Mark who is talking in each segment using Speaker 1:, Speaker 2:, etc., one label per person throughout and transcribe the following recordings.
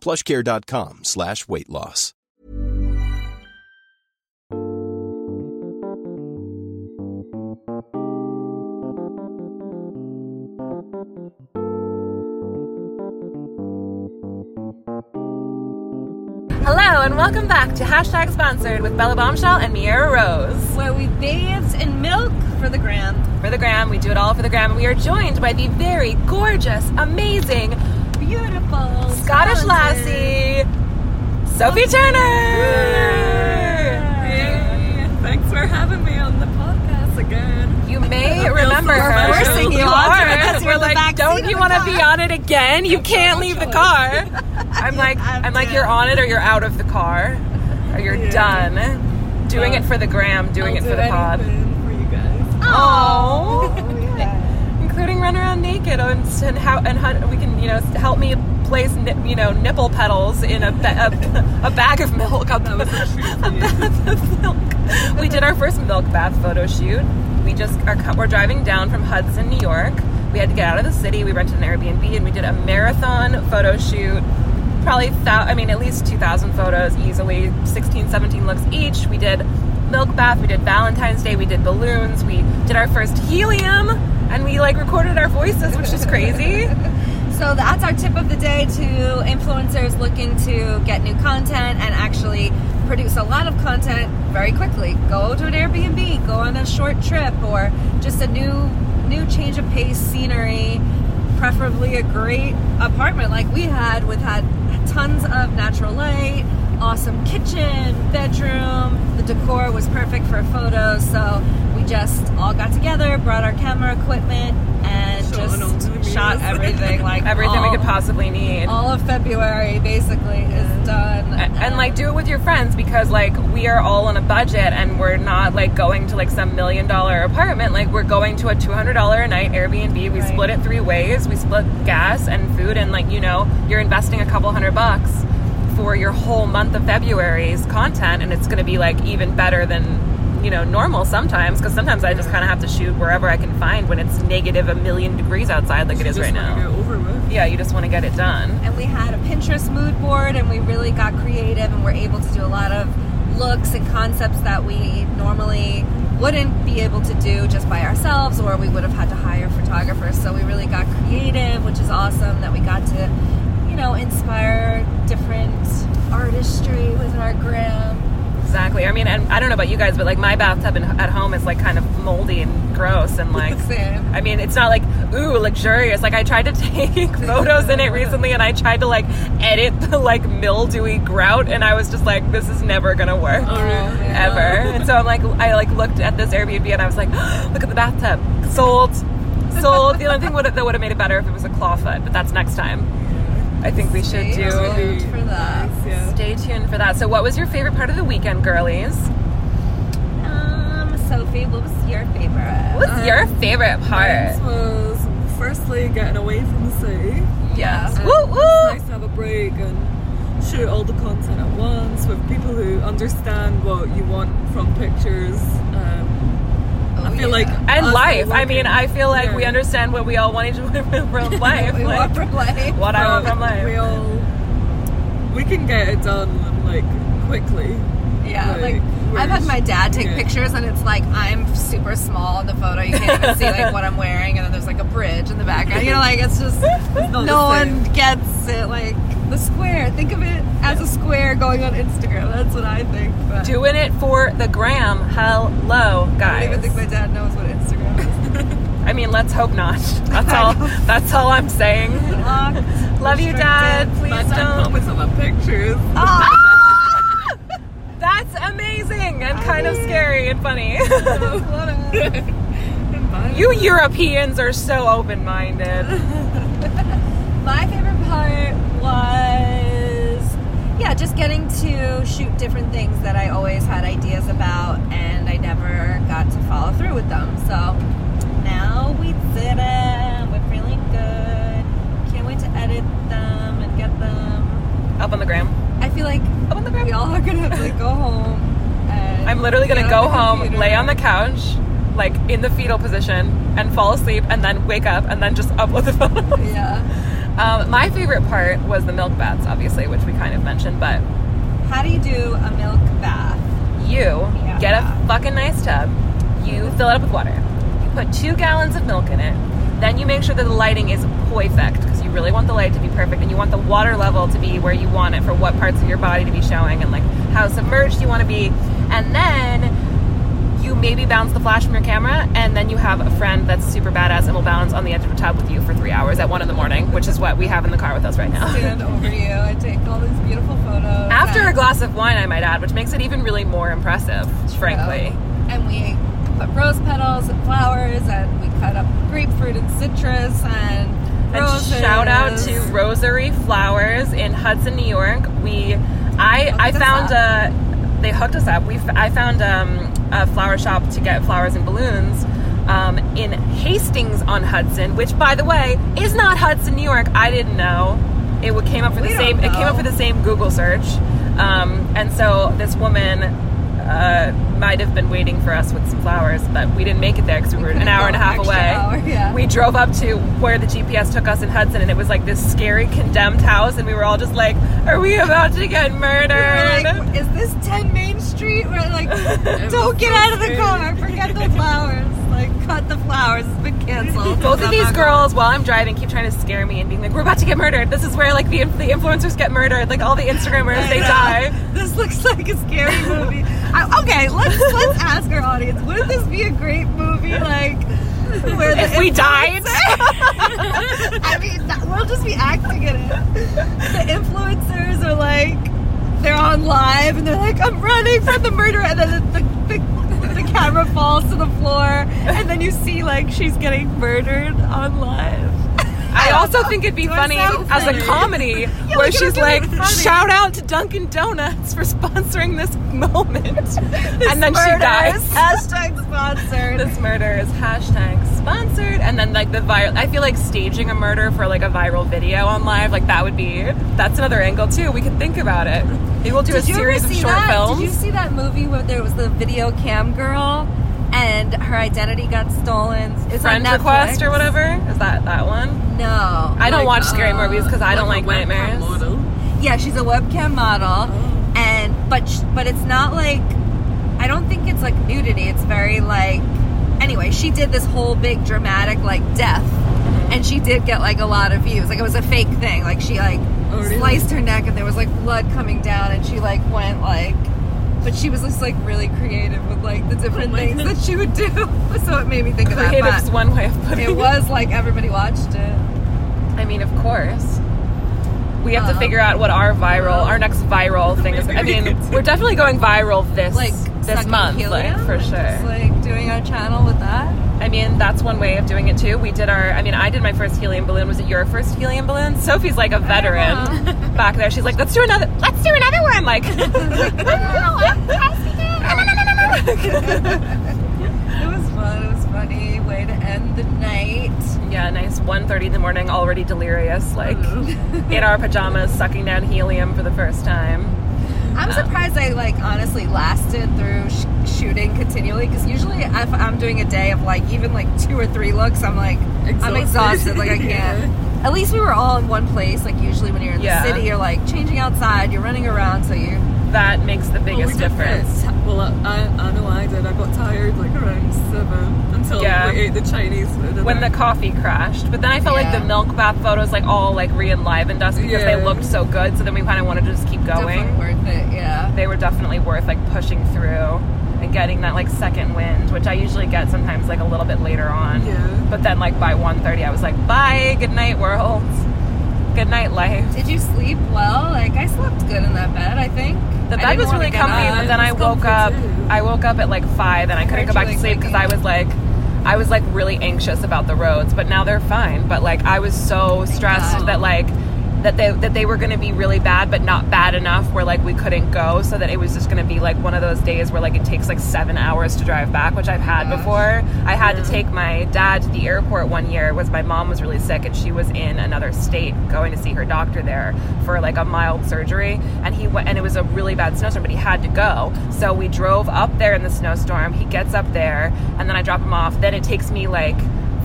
Speaker 1: Plushcare.com slash weight loss.
Speaker 2: Hello and welcome back to Hashtag Sponsored with Bella Bombshell and Miera Rose.
Speaker 3: where we bathed in milk for the gram.
Speaker 2: For the gram, we do it all for the gram. and We are joined by the very gorgeous, amazing
Speaker 3: Beautiful.
Speaker 2: Scottish
Speaker 3: sponsor.
Speaker 2: lassie, Sophie Turner.
Speaker 4: Hey, thanks for having me on the podcast again.
Speaker 2: You may remember
Speaker 4: so
Speaker 2: her.
Speaker 4: forcing
Speaker 3: you
Speaker 2: You
Speaker 3: onto
Speaker 2: are.
Speaker 3: it 'cause you're
Speaker 2: We're
Speaker 3: in the
Speaker 2: like,
Speaker 3: back seat
Speaker 2: don't
Speaker 3: of
Speaker 2: you
Speaker 3: the
Speaker 2: want to
Speaker 3: car."
Speaker 2: be on it again? You can't leave the car. I'm like,
Speaker 3: have
Speaker 2: I'm like,
Speaker 3: to.
Speaker 2: you're on it or you're out of the car, or you're done. Doing it for the gram, doing it
Speaker 4: I'll
Speaker 2: for
Speaker 4: do
Speaker 2: the pod.
Speaker 4: anything for you guys.
Speaker 2: Oh.
Speaker 3: Yeah.
Speaker 2: including run around naked and, and how and how we can you know help me place ni- you know nipple petals in a ba- a, a bag of milk. A,
Speaker 4: That was a treat for you.
Speaker 2: bath of milk. We did our first milk bath photo shoot. We just are co- we're driving down from Hudson, New York. We had to get out of the city. We rented an Airbnb and we did a marathon photo shoot. Probably thou- I mean at least 2000 photos easily, 16 17 looks each. We did milk bath, we did Valentine's Day, we did balloons, we did our first helium and we like recorded our voices, which is crazy.
Speaker 3: So that's our tip of the day to influencers looking to get new content and actually produce a lot of content very quickly. Go to an Airbnb, go on a short trip, or just a new new change of pace, scenery, preferably a great apartment like we had with had tons of natural light, awesome kitchen, bedroom. The decor was perfect for photos, so we just all got together, brought our camera equipment, and
Speaker 4: Shot all the
Speaker 3: just
Speaker 4: meals.
Speaker 3: shot everything like
Speaker 2: Everything we
Speaker 3: all-
Speaker 2: could possibly need.
Speaker 3: all of February basically is done.
Speaker 2: and, and, like do it with your friends because like we are all on a budget and we're not like going to like some million dollar apartment like we're going to a $200 a night airbnb we
Speaker 3: Right.
Speaker 2: split it three ways we split gas and food and like you know you're investing a couple hundred bucks for your whole month of february's content and it's going to be like even better than you know normal sometimes because sometimes i just kind of have to shoot wherever i can find when it's negative a million degrees outside like it is
Speaker 4: Just
Speaker 2: right
Speaker 4: wanna
Speaker 2: now
Speaker 4: Get over with.
Speaker 2: yeah you just want to get it done
Speaker 3: and we had a Pinterest mood board and we really got creative and were able to do a lot of looks and concepts that we normally wouldn't be able to do just by ourselves or we would have had to hire photographers so we really got creative which is awesome that we got to you know inspire different artistry with our gram
Speaker 2: Exactly. I mean, and I don't know about you guys, but like my bathtub in, at home is like kind of moldy and gross, and like,
Speaker 3: Same.
Speaker 2: I mean, it's not like ooh luxurious. Like I tried to take photos in it recently, and I tried to like edit the like mildewy grout, and I was just like, this is never gonna work
Speaker 3: Oh,
Speaker 2: ever. And so I'm like, I like looked at this Airbnb, and I was like, look at the bathtub, sold, sold. The only thing would that would have made it better if it was a clawfoot, but that's next time. I think we should
Speaker 3: Stay
Speaker 2: do.
Speaker 3: tuned for that
Speaker 4: Yeah.
Speaker 2: Stay tuned for that. So, what was your favorite part of the weekend, girlies?
Speaker 3: um Sophie what was your favorite
Speaker 2: What's your
Speaker 4: Um,
Speaker 2: favorite part?
Speaker 4: This was firstly getting away from the city.
Speaker 2: Yes.
Speaker 3: Yeah.
Speaker 2: Woo woo!
Speaker 4: Nice to have a break and shoot all the content at once with people who understand what you want from pictures. Um,
Speaker 3: Oh,
Speaker 4: I feel
Speaker 3: yeah.
Speaker 4: like
Speaker 2: And
Speaker 4: us
Speaker 2: life. I
Speaker 4: working-
Speaker 2: mean, I feel like we
Speaker 4: Yeah.
Speaker 2: understand what we all want each other from life.
Speaker 3: we
Speaker 2: like,
Speaker 3: want from life
Speaker 2: what I want from life.
Speaker 4: We all we can get it done like quickly.
Speaker 3: Yeah, like,
Speaker 4: Like, we're
Speaker 3: I've had my dad take
Speaker 4: yeah.
Speaker 3: pictures, and it's like I'm super small in the photo. You can't even see like what I'm wearing, and then there's like a bridge in the background. You know, like it's just
Speaker 4: not
Speaker 3: no
Speaker 4: the same.
Speaker 3: one gets it. Like the square. Think of it as a square going on Instagram. That's what I think. But
Speaker 2: Doing it for the gram. Hello,
Speaker 3: I don't
Speaker 2: guys.
Speaker 3: even think my dad knows what Instagram is.
Speaker 2: I mean, let's hope not. That's all. That's all I'm saying.
Speaker 3: Locked,
Speaker 2: Love you, Dad.
Speaker 3: restricted.
Speaker 2: Please
Speaker 4: My dad
Speaker 2: don't.
Speaker 4: with some of my pictures.
Speaker 3: Ah!
Speaker 2: That's amazing and kind of scary and funny. you Europeans are so open-minded.
Speaker 3: My favorite part was yeah, just getting to shoot different things that I always had ideas about and I never got to follow through with them. So now we did it. We're feeling good. Can't wait to edit them and get them.
Speaker 2: Up on the gram.
Speaker 3: I feel like
Speaker 2: Up on the gram.
Speaker 3: we all are gonna have to like, go home. And
Speaker 2: I'm literally gonna
Speaker 3: get
Speaker 2: go
Speaker 3: on the
Speaker 2: home,
Speaker 3: computer.
Speaker 2: um, lay on the couch, like in the fetal position, and fall asleep, and then wake up, and then just upload the photo.
Speaker 3: Yeah.
Speaker 2: um, my favorite part was the milk baths, obviously, which we kind of mentioned, but
Speaker 3: How do you do a milk bath?
Speaker 2: you
Speaker 3: Yeah.
Speaker 2: get a fucking nice tub, you fill it up with water, you put two gallons of milk in it, then you make sure that the lighting is perfect because you really want the light to be perfect and you want the water level to be where you want it for what parts of your body to be showing and like how submerged you want to be, and then you maybe bounce the flash from your camera and then you have a friend that's super badass and will bounce on the edge of a tub with you for three hours at one in the morning, which is what we have in the car with us right now.
Speaker 3: Stand over you and take all these beautiful photos.
Speaker 2: After a
Speaker 3: and-
Speaker 2: glass of wine, I might add, which makes it even really more impressive, frankly.
Speaker 3: Um, And we put rose petals and flowers, and we cut up grapefruit and citrus and
Speaker 2: And
Speaker 3: roses.
Speaker 2: shout out to Rosary Flowers in Hudson, New York. We, I, I
Speaker 3: Hooked us
Speaker 2: found a, they hooked us up. We, f- I found um, a flower shop to get flowers and balloons um, in Hastings on Hudson, which, by the way, is not Hudson, New York. I didn't know. It w- came up for the
Speaker 3: We don't
Speaker 2: same. It came up
Speaker 3: know.
Speaker 2: for the same Google search, um, and so this woman uh, might have been waiting for us with some flowers, but we didn't make it there because we were an
Speaker 3: could've
Speaker 2: hour and a
Speaker 3: gone
Speaker 2: half
Speaker 3: extra
Speaker 2: away.
Speaker 3: hour, yeah.
Speaker 2: We drove up to where the GPS took us in Hudson, and it was like this scary condemned house, and we were all just like, "Are we about to get
Speaker 3: We're
Speaker 2: murdered?"
Speaker 3: like, is this 10 Main Street? We're like,
Speaker 4: was
Speaker 3: don't get
Speaker 4: so
Speaker 3: out of the
Speaker 4: scary.
Speaker 3: car. Forget the flowers. Like, cut the flowers. It's been canceled.
Speaker 2: Both
Speaker 3: I'm
Speaker 2: of these
Speaker 3: not
Speaker 2: girls, while I'm driving, keep trying to scare me and being like, "We're about to get murdered. This is where like the, the influencers get murdered. Like all the Instagrammers,
Speaker 3: going.
Speaker 2: they
Speaker 3: I know.
Speaker 2: die."
Speaker 3: This looks like a scary movie. I, okay, let's let's ask our audience. Wouldn't this be a great movie? Like, where the
Speaker 2: If we died,
Speaker 3: I mean, that- we'll just be acting in it. The influencers are like, they're on live and they're like, I'm running from the murderer. And then the, the, the, the camera falls to the floor. And then you see, like, she's getting murdered on live.
Speaker 2: I also think it'd be
Speaker 3: We're
Speaker 2: funny
Speaker 3: so
Speaker 2: as a
Speaker 3: funny.
Speaker 2: comedy
Speaker 3: we
Speaker 2: where
Speaker 3: gotta
Speaker 2: she's
Speaker 3: do
Speaker 2: like,
Speaker 3: it funny.
Speaker 2: shout out to Dunkin' Donuts for sponsoring this moment. and then she
Speaker 3: Murder
Speaker 2: dies.
Speaker 3: is Hashtag sponsored.
Speaker 2: This murder is hashtag sponsored. And then, like, the viral, I feel like staging a murder for like a viral video on live, like, that would be, that's another angle too. We could think about it. Maybe we'll do a
Speaker 3: Did you ever
Speaker 2: series of
Speaker 3: see
Speaker 2: short
Speaker 3: that?
Speaker 2: films.
Speaker 3: Did you see that movie where there was the video cam girl and her identity got stolen? It's on
Speaker 2: Friend request
Speaker 3: Netflix.
Speaker 2: or whatever? Is that that one?
Speaker 3: No.
Speaker 2: I don't
Speaker 3: Like,
Speaker 2: watch scary
Speaker 3: uh,
Speaker 2: movies because I don't like
Speaker 4: a webcam
Speaker 2: nightmares.
Speaker 4: Model.
Speaker 3: Yeah, she's a webcam model,
Speaker 4: Oh.
Speaker 3: and but sh- but it's not like I don't think it's like nudity. It's very like anyway. She did this whole big dramatic like death, and she did get like a lot of views. Like it was a fake thing. Like she like
Speaker 4: Oh, really?
Speaker 3: sliced her neck, and there was like blood coming down, and she like went like. But she was just like really creative with like the different
Speaker 4: Oh my
Speaker 3: things
Speaker 4: God.
Speaker 3: that she would do. so it made me think of that.
Speaker 2: Creative's
Speaker 3: But
Speaker 2: one way of putting
Speaker 3: it was like everybody watched it.
Speaker 2: I mean, of course. We have to
Speaker 3: Um,
Speaker 2: figure out what our viral,
Speaker 3: well,
Speaker 2: our next viral thing is. I
Speaker 4: maybe we
Speaker 2: mean,
Speaker 4: could-
Speaker 2: we're definitely going viral this
Speaker 3: Like
Speaker 2: this
Speaker 3: sucking
Speaker 2: month, like
Speaker 3: helium
Speaker 2: for
Speaker 3: and
Speaker 2: sure.
Speaker 3: Just like doing our channel with that.
Speaker 2: I mean, that's one way of doing it too. We did our. I mean, I did my first helium balloon. Was it your first helium balloon? Sophie's like a veteran
Speaker 4: Uh-huh.
Speaker 2: back there. She's like, let's do another. Let's do another one. Like,
Speaker 3: It was fun. It was funny. Way to end the night.
Speaker 2: yeah, nice. 1.30 in the morning, already delirious, like
Speaker 4: Mm-hmm.
Speaker 2: in our pajamas, sucking down helium for the first time.
Speaker 3: I'm surprised I like honestly lasted through sh- shooting continually because usually if I'm doing a day of like even like two or three looks, I'm like I'm
Speaker 4: Exhausted.
Speaker 3: exhausted. Like I can't. At least we were all in one place. Like usually when you're in
Speaker 2: Yeah.
Speaker 3: the city, you're like changing outside, you're running around, so you.
Speaker 2: That makes the
Speaker 4: Well, we
Speaker 2: biggest
Speaker 4: did get
Speaker 2: difference.
Speaker 4: ti- Well, I, I, I know I did. I got tired like around seven until
Speaker 2: Yeah.
Speaker 4: we ate the Chinese food. and
Speaker 2: when the
Speaker 4: then-
Speaker 2: coffee crashed. But then I felt like
Speaker 3: Yeah.
Speaker 2: the milk bath photos like all like re-enlivened us because they
Speaker 4: Yeah.
Speaker 2: looked so good. So then we kind of wanted to just keep going.
Speaker 3: Definitely worth it. Yeah.
Speaker 2: They were definitely worth like pushing through and getting that like second wind, which I usually get sometimes like a little bit later on.
Speaker 4: Yeah.
Speaker 2: But then like by 1.30 I was like, bye, good night world, good night life.
Speaker 3: Did you sleep well? Like I slept good in that bed. I think
Speaker 2: The bed
Speaker 3: I didn't
Speaker 2: was
Speaker 3: wanna
Speaker 2: really
Speaker 3: get
Speaker 2: comfy,
Speaker 3: up.
Speaker 2: but then
Speaker 4: It
Speaker 2: I
Speaker 4: was
Speaker 2: woke
Speaker 4: comfy,
Speaker 2: up.
Speaker 4: too.
Speaker 2: I woke up at like five, and I couldn't
Speaker 3: heard
Speaker 2: go back
Speaker 3: you, like,
Speaker 2: to sleep because I
Speaker 3: waking
Speaker 2: was like, I was like really anxious about the roads. But now they're fine. But like I was so stressed
Speaker 3: God.
Speaker 2: that like that they that they were going to be really bad, but not bad enough where like we couldn't go. So that it was just going to be like one of those days where like it takes like seven hours to drive back, which I've had
Speaker 3: Gosh.
Speaker 2: before. I had to take my dad to the airport one year. Was my mom was really sick and she was in another state going to see her doctor there for like a mild surgery, and he went and it was a really bad snowstorm, but he had to go. So we drove up there in the snowstorm. He gets up there, and then I drop him off. Then it takes me like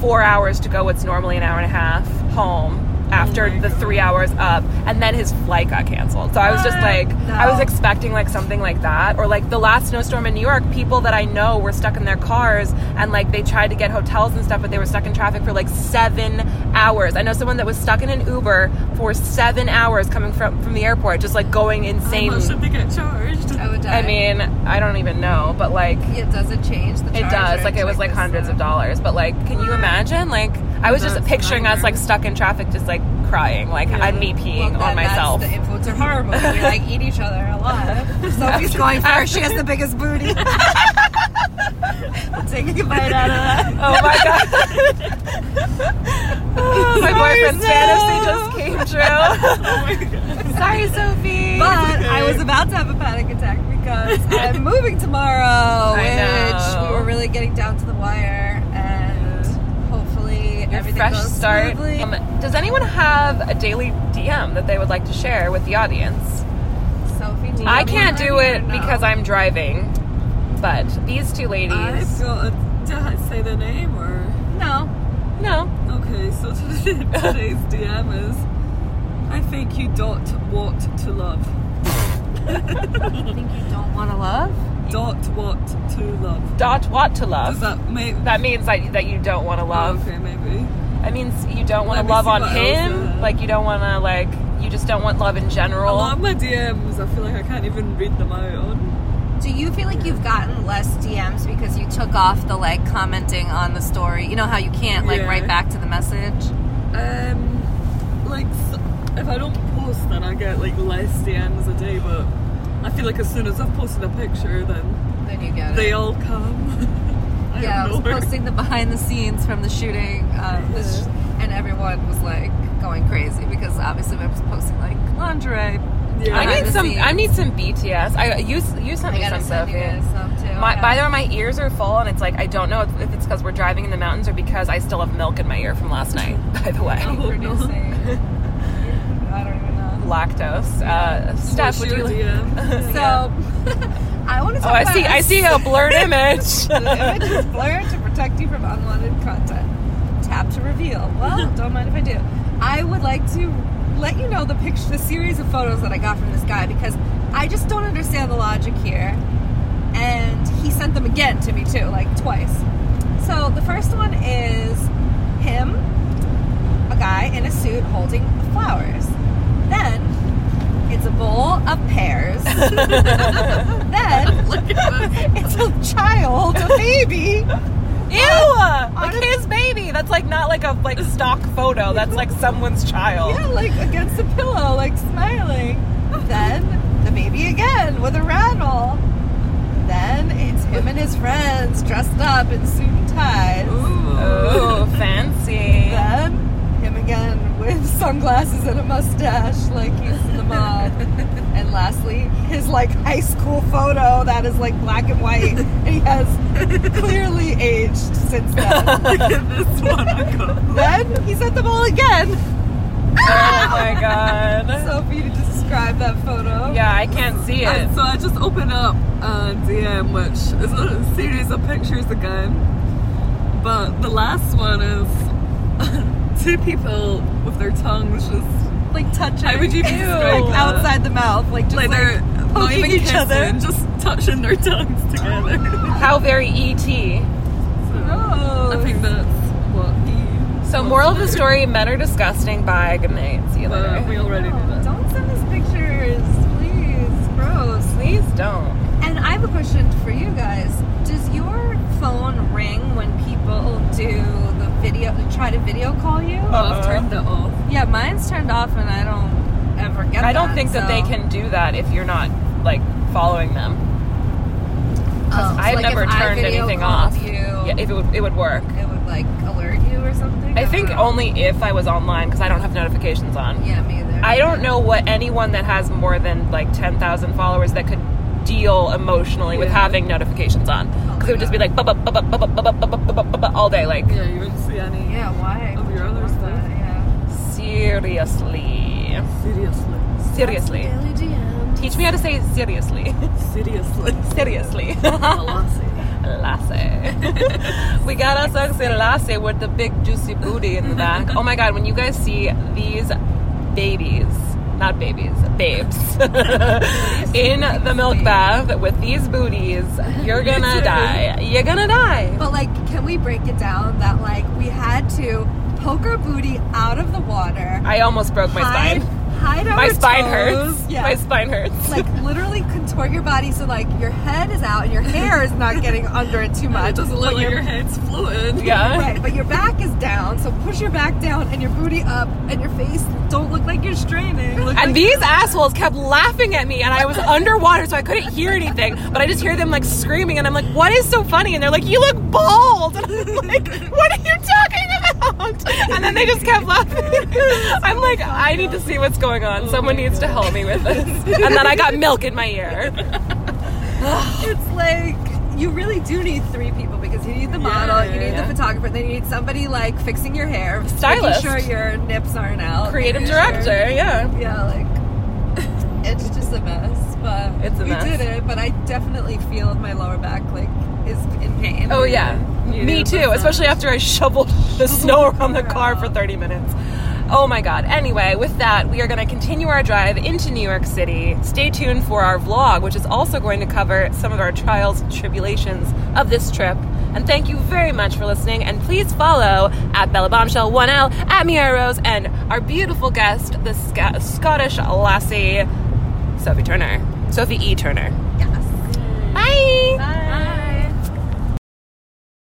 Speaker 2: four hours to go what's normally an hour and a half home
Speaker 3: Oh
Speaker 2: after
Speaker 4: my
Speaker 2: the three hours up and then his flight got canceled so i was just
Speaker 3: What?
Speaker 2: like i was
Speaker 3: No.
Speaker 2: expecting like something like that or like the last snowstorm in new york people that i know were stuck in their cars and like they tried to get hotels and stuff but they were stuck in traffic for like seven hours i know someone that was stuck in an uber for seven hours coming from from the airport just like going insane
Speaker 4: How much did they get charged?
Speaker 3: I would die.
Speaker 2: i mean i don't even know but like
Speaker 3: it doesn't change the.
Speaker 2: it
Speaker 3: charge
Speaker 2: does.
Speaker 3: rate
Speaker 2: Like it was like
Speaker 3: this,
Speaker 2: hundreds
Speaker 3: uh,
Speaker 2: of dollars. But like, can you imagine? Like I was just
Speaker 4: That's
Speaker 2: picturing us
Speaker 4: nightmare.
Speaker 2: like stuck in traffic, just like crying, like
Speaker 4: Yeah.
Speaker 2: I'm me peeing
Speaker 3: Well,
Speaker 2: on
Speaker 3: then
Speaker 2: myself.
Speaker 3: That's the influence are horrible. We like eat each other alive. Sophie's going first. She has the biggest booty. I'm taking a bite out of that.
Speaker 2: oh my god! Oh, my
Speaker 3: Sorry,
Speaker 2: boyfriend's
Speaker 3: Soph.
Speaker 2: fantasy just came true.
Speaker 4: Oh my god.
Speaker 2: Sorry, Sophie.
Speaker 3: But I was about to have a panic attack because I'm moving tomorrow,
Speaker 2: I know.
Speaker 3: which we were really getting down to the wire, and hopefully
Speaker 2: Your
Speaker 3: everything
Speaker 2: fresh
Speaker 3: goes
Speaker 2: start.
Speaker 3: smoothly.
Speaker 2: Um, does anyone have a daily DM that they would like to share with the audience?
Speaker 3: Sophie, do you
Speaker 2: I
Speaker 3: have
Speaker 2: can't
Speaker 3: one
Speaker 2: do
Speaker 3: ready or
Speaker 2: it
Speaker 3: no?
Speaker 2: because I'm driving. But these two ladies.
Speaker 4: I've got a. Did I say their name or?
Speaker 3: no.
Speaker 2: no.
Speaker 4: Okay, so today- today's DM is I think you dot what to love.
Speaker 3: I think you don't want to love.
Speaker 4: Dot what to love.
Speaker 2: Dot what to love.
Speaker 4: Does that make
Speaker 2: That means that, that you don't want to love.
Speaker 4: Okay, maybe.
Speaker 2: That means you don't want
Speaker 4: Let
Speaker 2: to
Speaker 4: me
Speaker 2: love
Speaker 4: see
Speaker 2: on
Speaker 4: what else there
Speaker 2: him.
Speaker 4: is.
Speaker 2: Like you don't want to like you just don't want love in
Speaker 4: A
Speaker 2: general.
Speaker 4: lot of my DMs, I feel like I can't even read them out on.
Speaker 3: Do you feel like you've gotten less DMs because you took off the like commenting on the story? You know how you can't like
Speaker 4: Yeah.
Speaker 3: write back to the message?
Speaker 4: Um, like s if I don't post, then I get like less DMs a day. But I feel like as soon as I've posted a picture, then
Speaker 3: Then you get it.
Speaker 4: they all come. I
Speaker 3: yeah, I
Speaker 4: don't
Speaker 3: was
Speaker 4: know.
Speaker 3: posting the behind the scenes from the shooting, um, this- and everyone was like going crazy because obviously I was posting like lingerie.
Speaker 4: Yeah.
Speaker 2: I need
Speaker 3: behind the
Speaker 2: some. I
Speaker 3: scenes.
Speaker 2: need some BTS. I you s- you sent
Speaker 3: I
Speaker 2: me some
Speaker 3: gotta send
Speaker 2: stuff.
Speaker 3: you guys some too.
Speaker 2: My,
Speaker 3: yeah.
Speaker 2: By the way, my ears are full, and it's like I don't know if it's because we're driving in the mountains or because I still have milk in my ear from last night. By the way,
Speaker 4: Oh, no.
Speaker 3: Producing. I don't even know.
Speaker 2: lactose. Uh, Steph,
Speaker 4: What's
Speaker 2: would
Speaker 4: your
Speaker 2: you?
Speaker 4: DM?
Speaker 3: So I want to.
Speaker 2: Oh,
Speaker 3: Talk
Speaker 2: I
Speaker 3: about
Speaker 2: see. I see a blurred image.
Speaker 3: The image is blurred to protect you from unwanted content. Tap to reveal. Well, don't mind if I do. I would like to let you know the picture, the series of photos that I got from this guy because I just don't understand the logic here. And he sent them again to me too, like twice. So the first one is him, a guy in a suit holding flowers. Then it's a bowl of pears. then it's a child, a baby.
Speaker 2: Ew! like his baby. That's like not like a like stock photo. That's like someone's child.
Speaker 3: Yeah, like against the pillow, like smiling. Then the baby again with a rattle. Then it's him and his friends dressed up in suit and ties.
Speaker 2: Oh, fancy.
Speaker 3: Then him again with sunglasses and a mustache, like he's in the mob. and lastly, his like high school photo that is like black and white, and he has clearly aged since then.
Speaker 4: Look at this one I got.
Speaker 3: then he sent them all again.
Speaker 2: Oh my god.
Speaker 3: Sophie, to describe that photo.
Speaker 2: Yeah, I can't see it.
Speaker 4: Uh, so I just open up a DM, which is a series of pictures again. But the last one is two people with their tongues just
Speaker 3: like touching.
Speaker 4: How would you describe
Speaker 3: like
Speaker 4: that?
Speaker 3: outside the mouth, like just
Speaker 4: like
Speaker 3: like,
Speaker 4: they're not
Speaker 3: poking
Speaker 4: even
Speaker 3: each
Speaker 4: kissing,
Speaker 3: other.
Speaker 4: just touching their tongues together.
Speaker 2: How very E ET.
Speaker 4: So
Speaker 3: gross.
Speaker 4: I think that's what he.
Speaker 2: So, moral of the story: men are disgusting. Bye. Good night. See you
Speaker 4: Well,
Speaker 2: later.
Speaker 4: we already
Speaker 3: No,
Speaker 4: did it.
Speaker 3: don't send us pictures, please. Gross.
Speaker 2: Please don't.
Speaker 3: And I have a question for you guys. Does your phone ring when people do the video, try to video call you?
Speaker 4: Oh, I've turned it off.
Speaker 3: Yeah, mine's turned off, and I don't ever get.
Speaker 2: I don't think that they
Speaker 3: so-
Speaker 2: can do that if you're not like following them.
Speaker 3: Oh, so
Speaker 2: I've
Speaker 3: like
Speaker 2: never
Speaker 3: Oh, if I
Speaker 2: turned
Speaker 3: video
Speaker 2: anything
Speaker 3: called
Speaker 2: off.
Speaker 3: You,
Speaker 2: Yeah, if it would, it would work.
Speaker 3: it would like alert you or or something?
Speaker 2: I think
Speaker 3: don't know.
Speaker 2: only if I was online because I don't have notifications on.
Speaker 3: Yeah, me either.
Speaker 2: I don't know what anyone that has more than like 10,000 followers that could deal emotionally with
Speaker 4: Yeah.
Speaker 2: having notifications on. Because it would just be like, "Bup, bup, bup, bup, bup, bup, bup, bup, bup, bup, bup," all day. Like,
Speaker 4: Yeah, you wouldn't see any.
Speaker 3: Yeah, why?
Speaker 4: Of your other
Speaker 3: What's
Speaker 4: stuff.
Speaker 3: that? Yeah.
Speaker 2: seriously.
Speaker 4: Seriously.
Speaker 2: Seriously.
Speaker 3: Daily DM.
Speaker 2: Teach me how to say seriously.
Speaker 4: Seriously.
Speaker 2: seriously.
Speaker 4: Lassie.
Speaker 2: Lasse. we got ourselves a Lasse with the big juicy booty in the back. Oh my god, when you guys see these babies, not babies, babes, in the milk bath with these booties, you're gonna
Speaker 4: too.
Speaker 2: die. You're gonna die.
Speaker 3: But like, can we break it down that like we had to poke our booty out of the water,
Speaker 2: I almost broke my
Speaker 3: hide,
Speaker 2: spine.
Speaker 3: hide our
Speaker 2: My spine
Speaker 3: toes.
Speaker 2: hurts.
Speaker 3: Yeah.
Speaker 2: My spine hurts.
Speaker 3: like literally contort your body so like your head is out and your hair is not getting under it too much.
Speaker 4: It doesn't
Speaker 3: but
Speaker 4: look like
Speaker 3: your-
Speaker 4: your head's floating.
Speaker 2: yeah.
Speaker 3: Right, but your back is down, so push your back down and your booty up, and your face don't look like you're straining. Look like
Speaker 2: And these assholes kept laughing at me, and I was underwater, so I couldn't hear anything. But I just hear them like screaming, and I'm like, "What is so funny?" And they're like, "You look bald." And I'm like, "What are you talking about?" And then they just kept laughing. I'm like, "I need to see what's going on. Someone needs to help me with this." And then I got milk in my ear.
Speaker 3: it's like you really do need three people because you need the model,
Speaker 4: Yeah,
Speaker 3: you need
Speaker 2: yeah.
Speaker 3: the photographer, then you need somebody like fixing your hair,
Speaker 2: Stylist.
Speaker 3: making sure your nips aren't out,
Speaker 2: Creative
Speaker 3: making sure-
Speaker 2: director, yeah.
Speaker 3: yeah, like it's just a mess. But
Speaker 2: It's a
Speaker 3: we
Speaker 2: mess.
Speaker 3: did it. But I definitely feel my lower back like is in pain.
Speaker 2: Oh yeah, me too. Especially after I shoveled the snow around the car for 30 minutes. Oh my god. Anyway, with that, we are going to continue our drive into New York City. Stay tuned for our vlog, which is also going to cover some of our trials and tribulations of this trip. And thank you very much for listening. And please follow at Bella Bombshell 1L, at Mia Rose, and our beautiful guest, the Sc- Scottish lassie, Sophie Turner. Sophie E. Turner.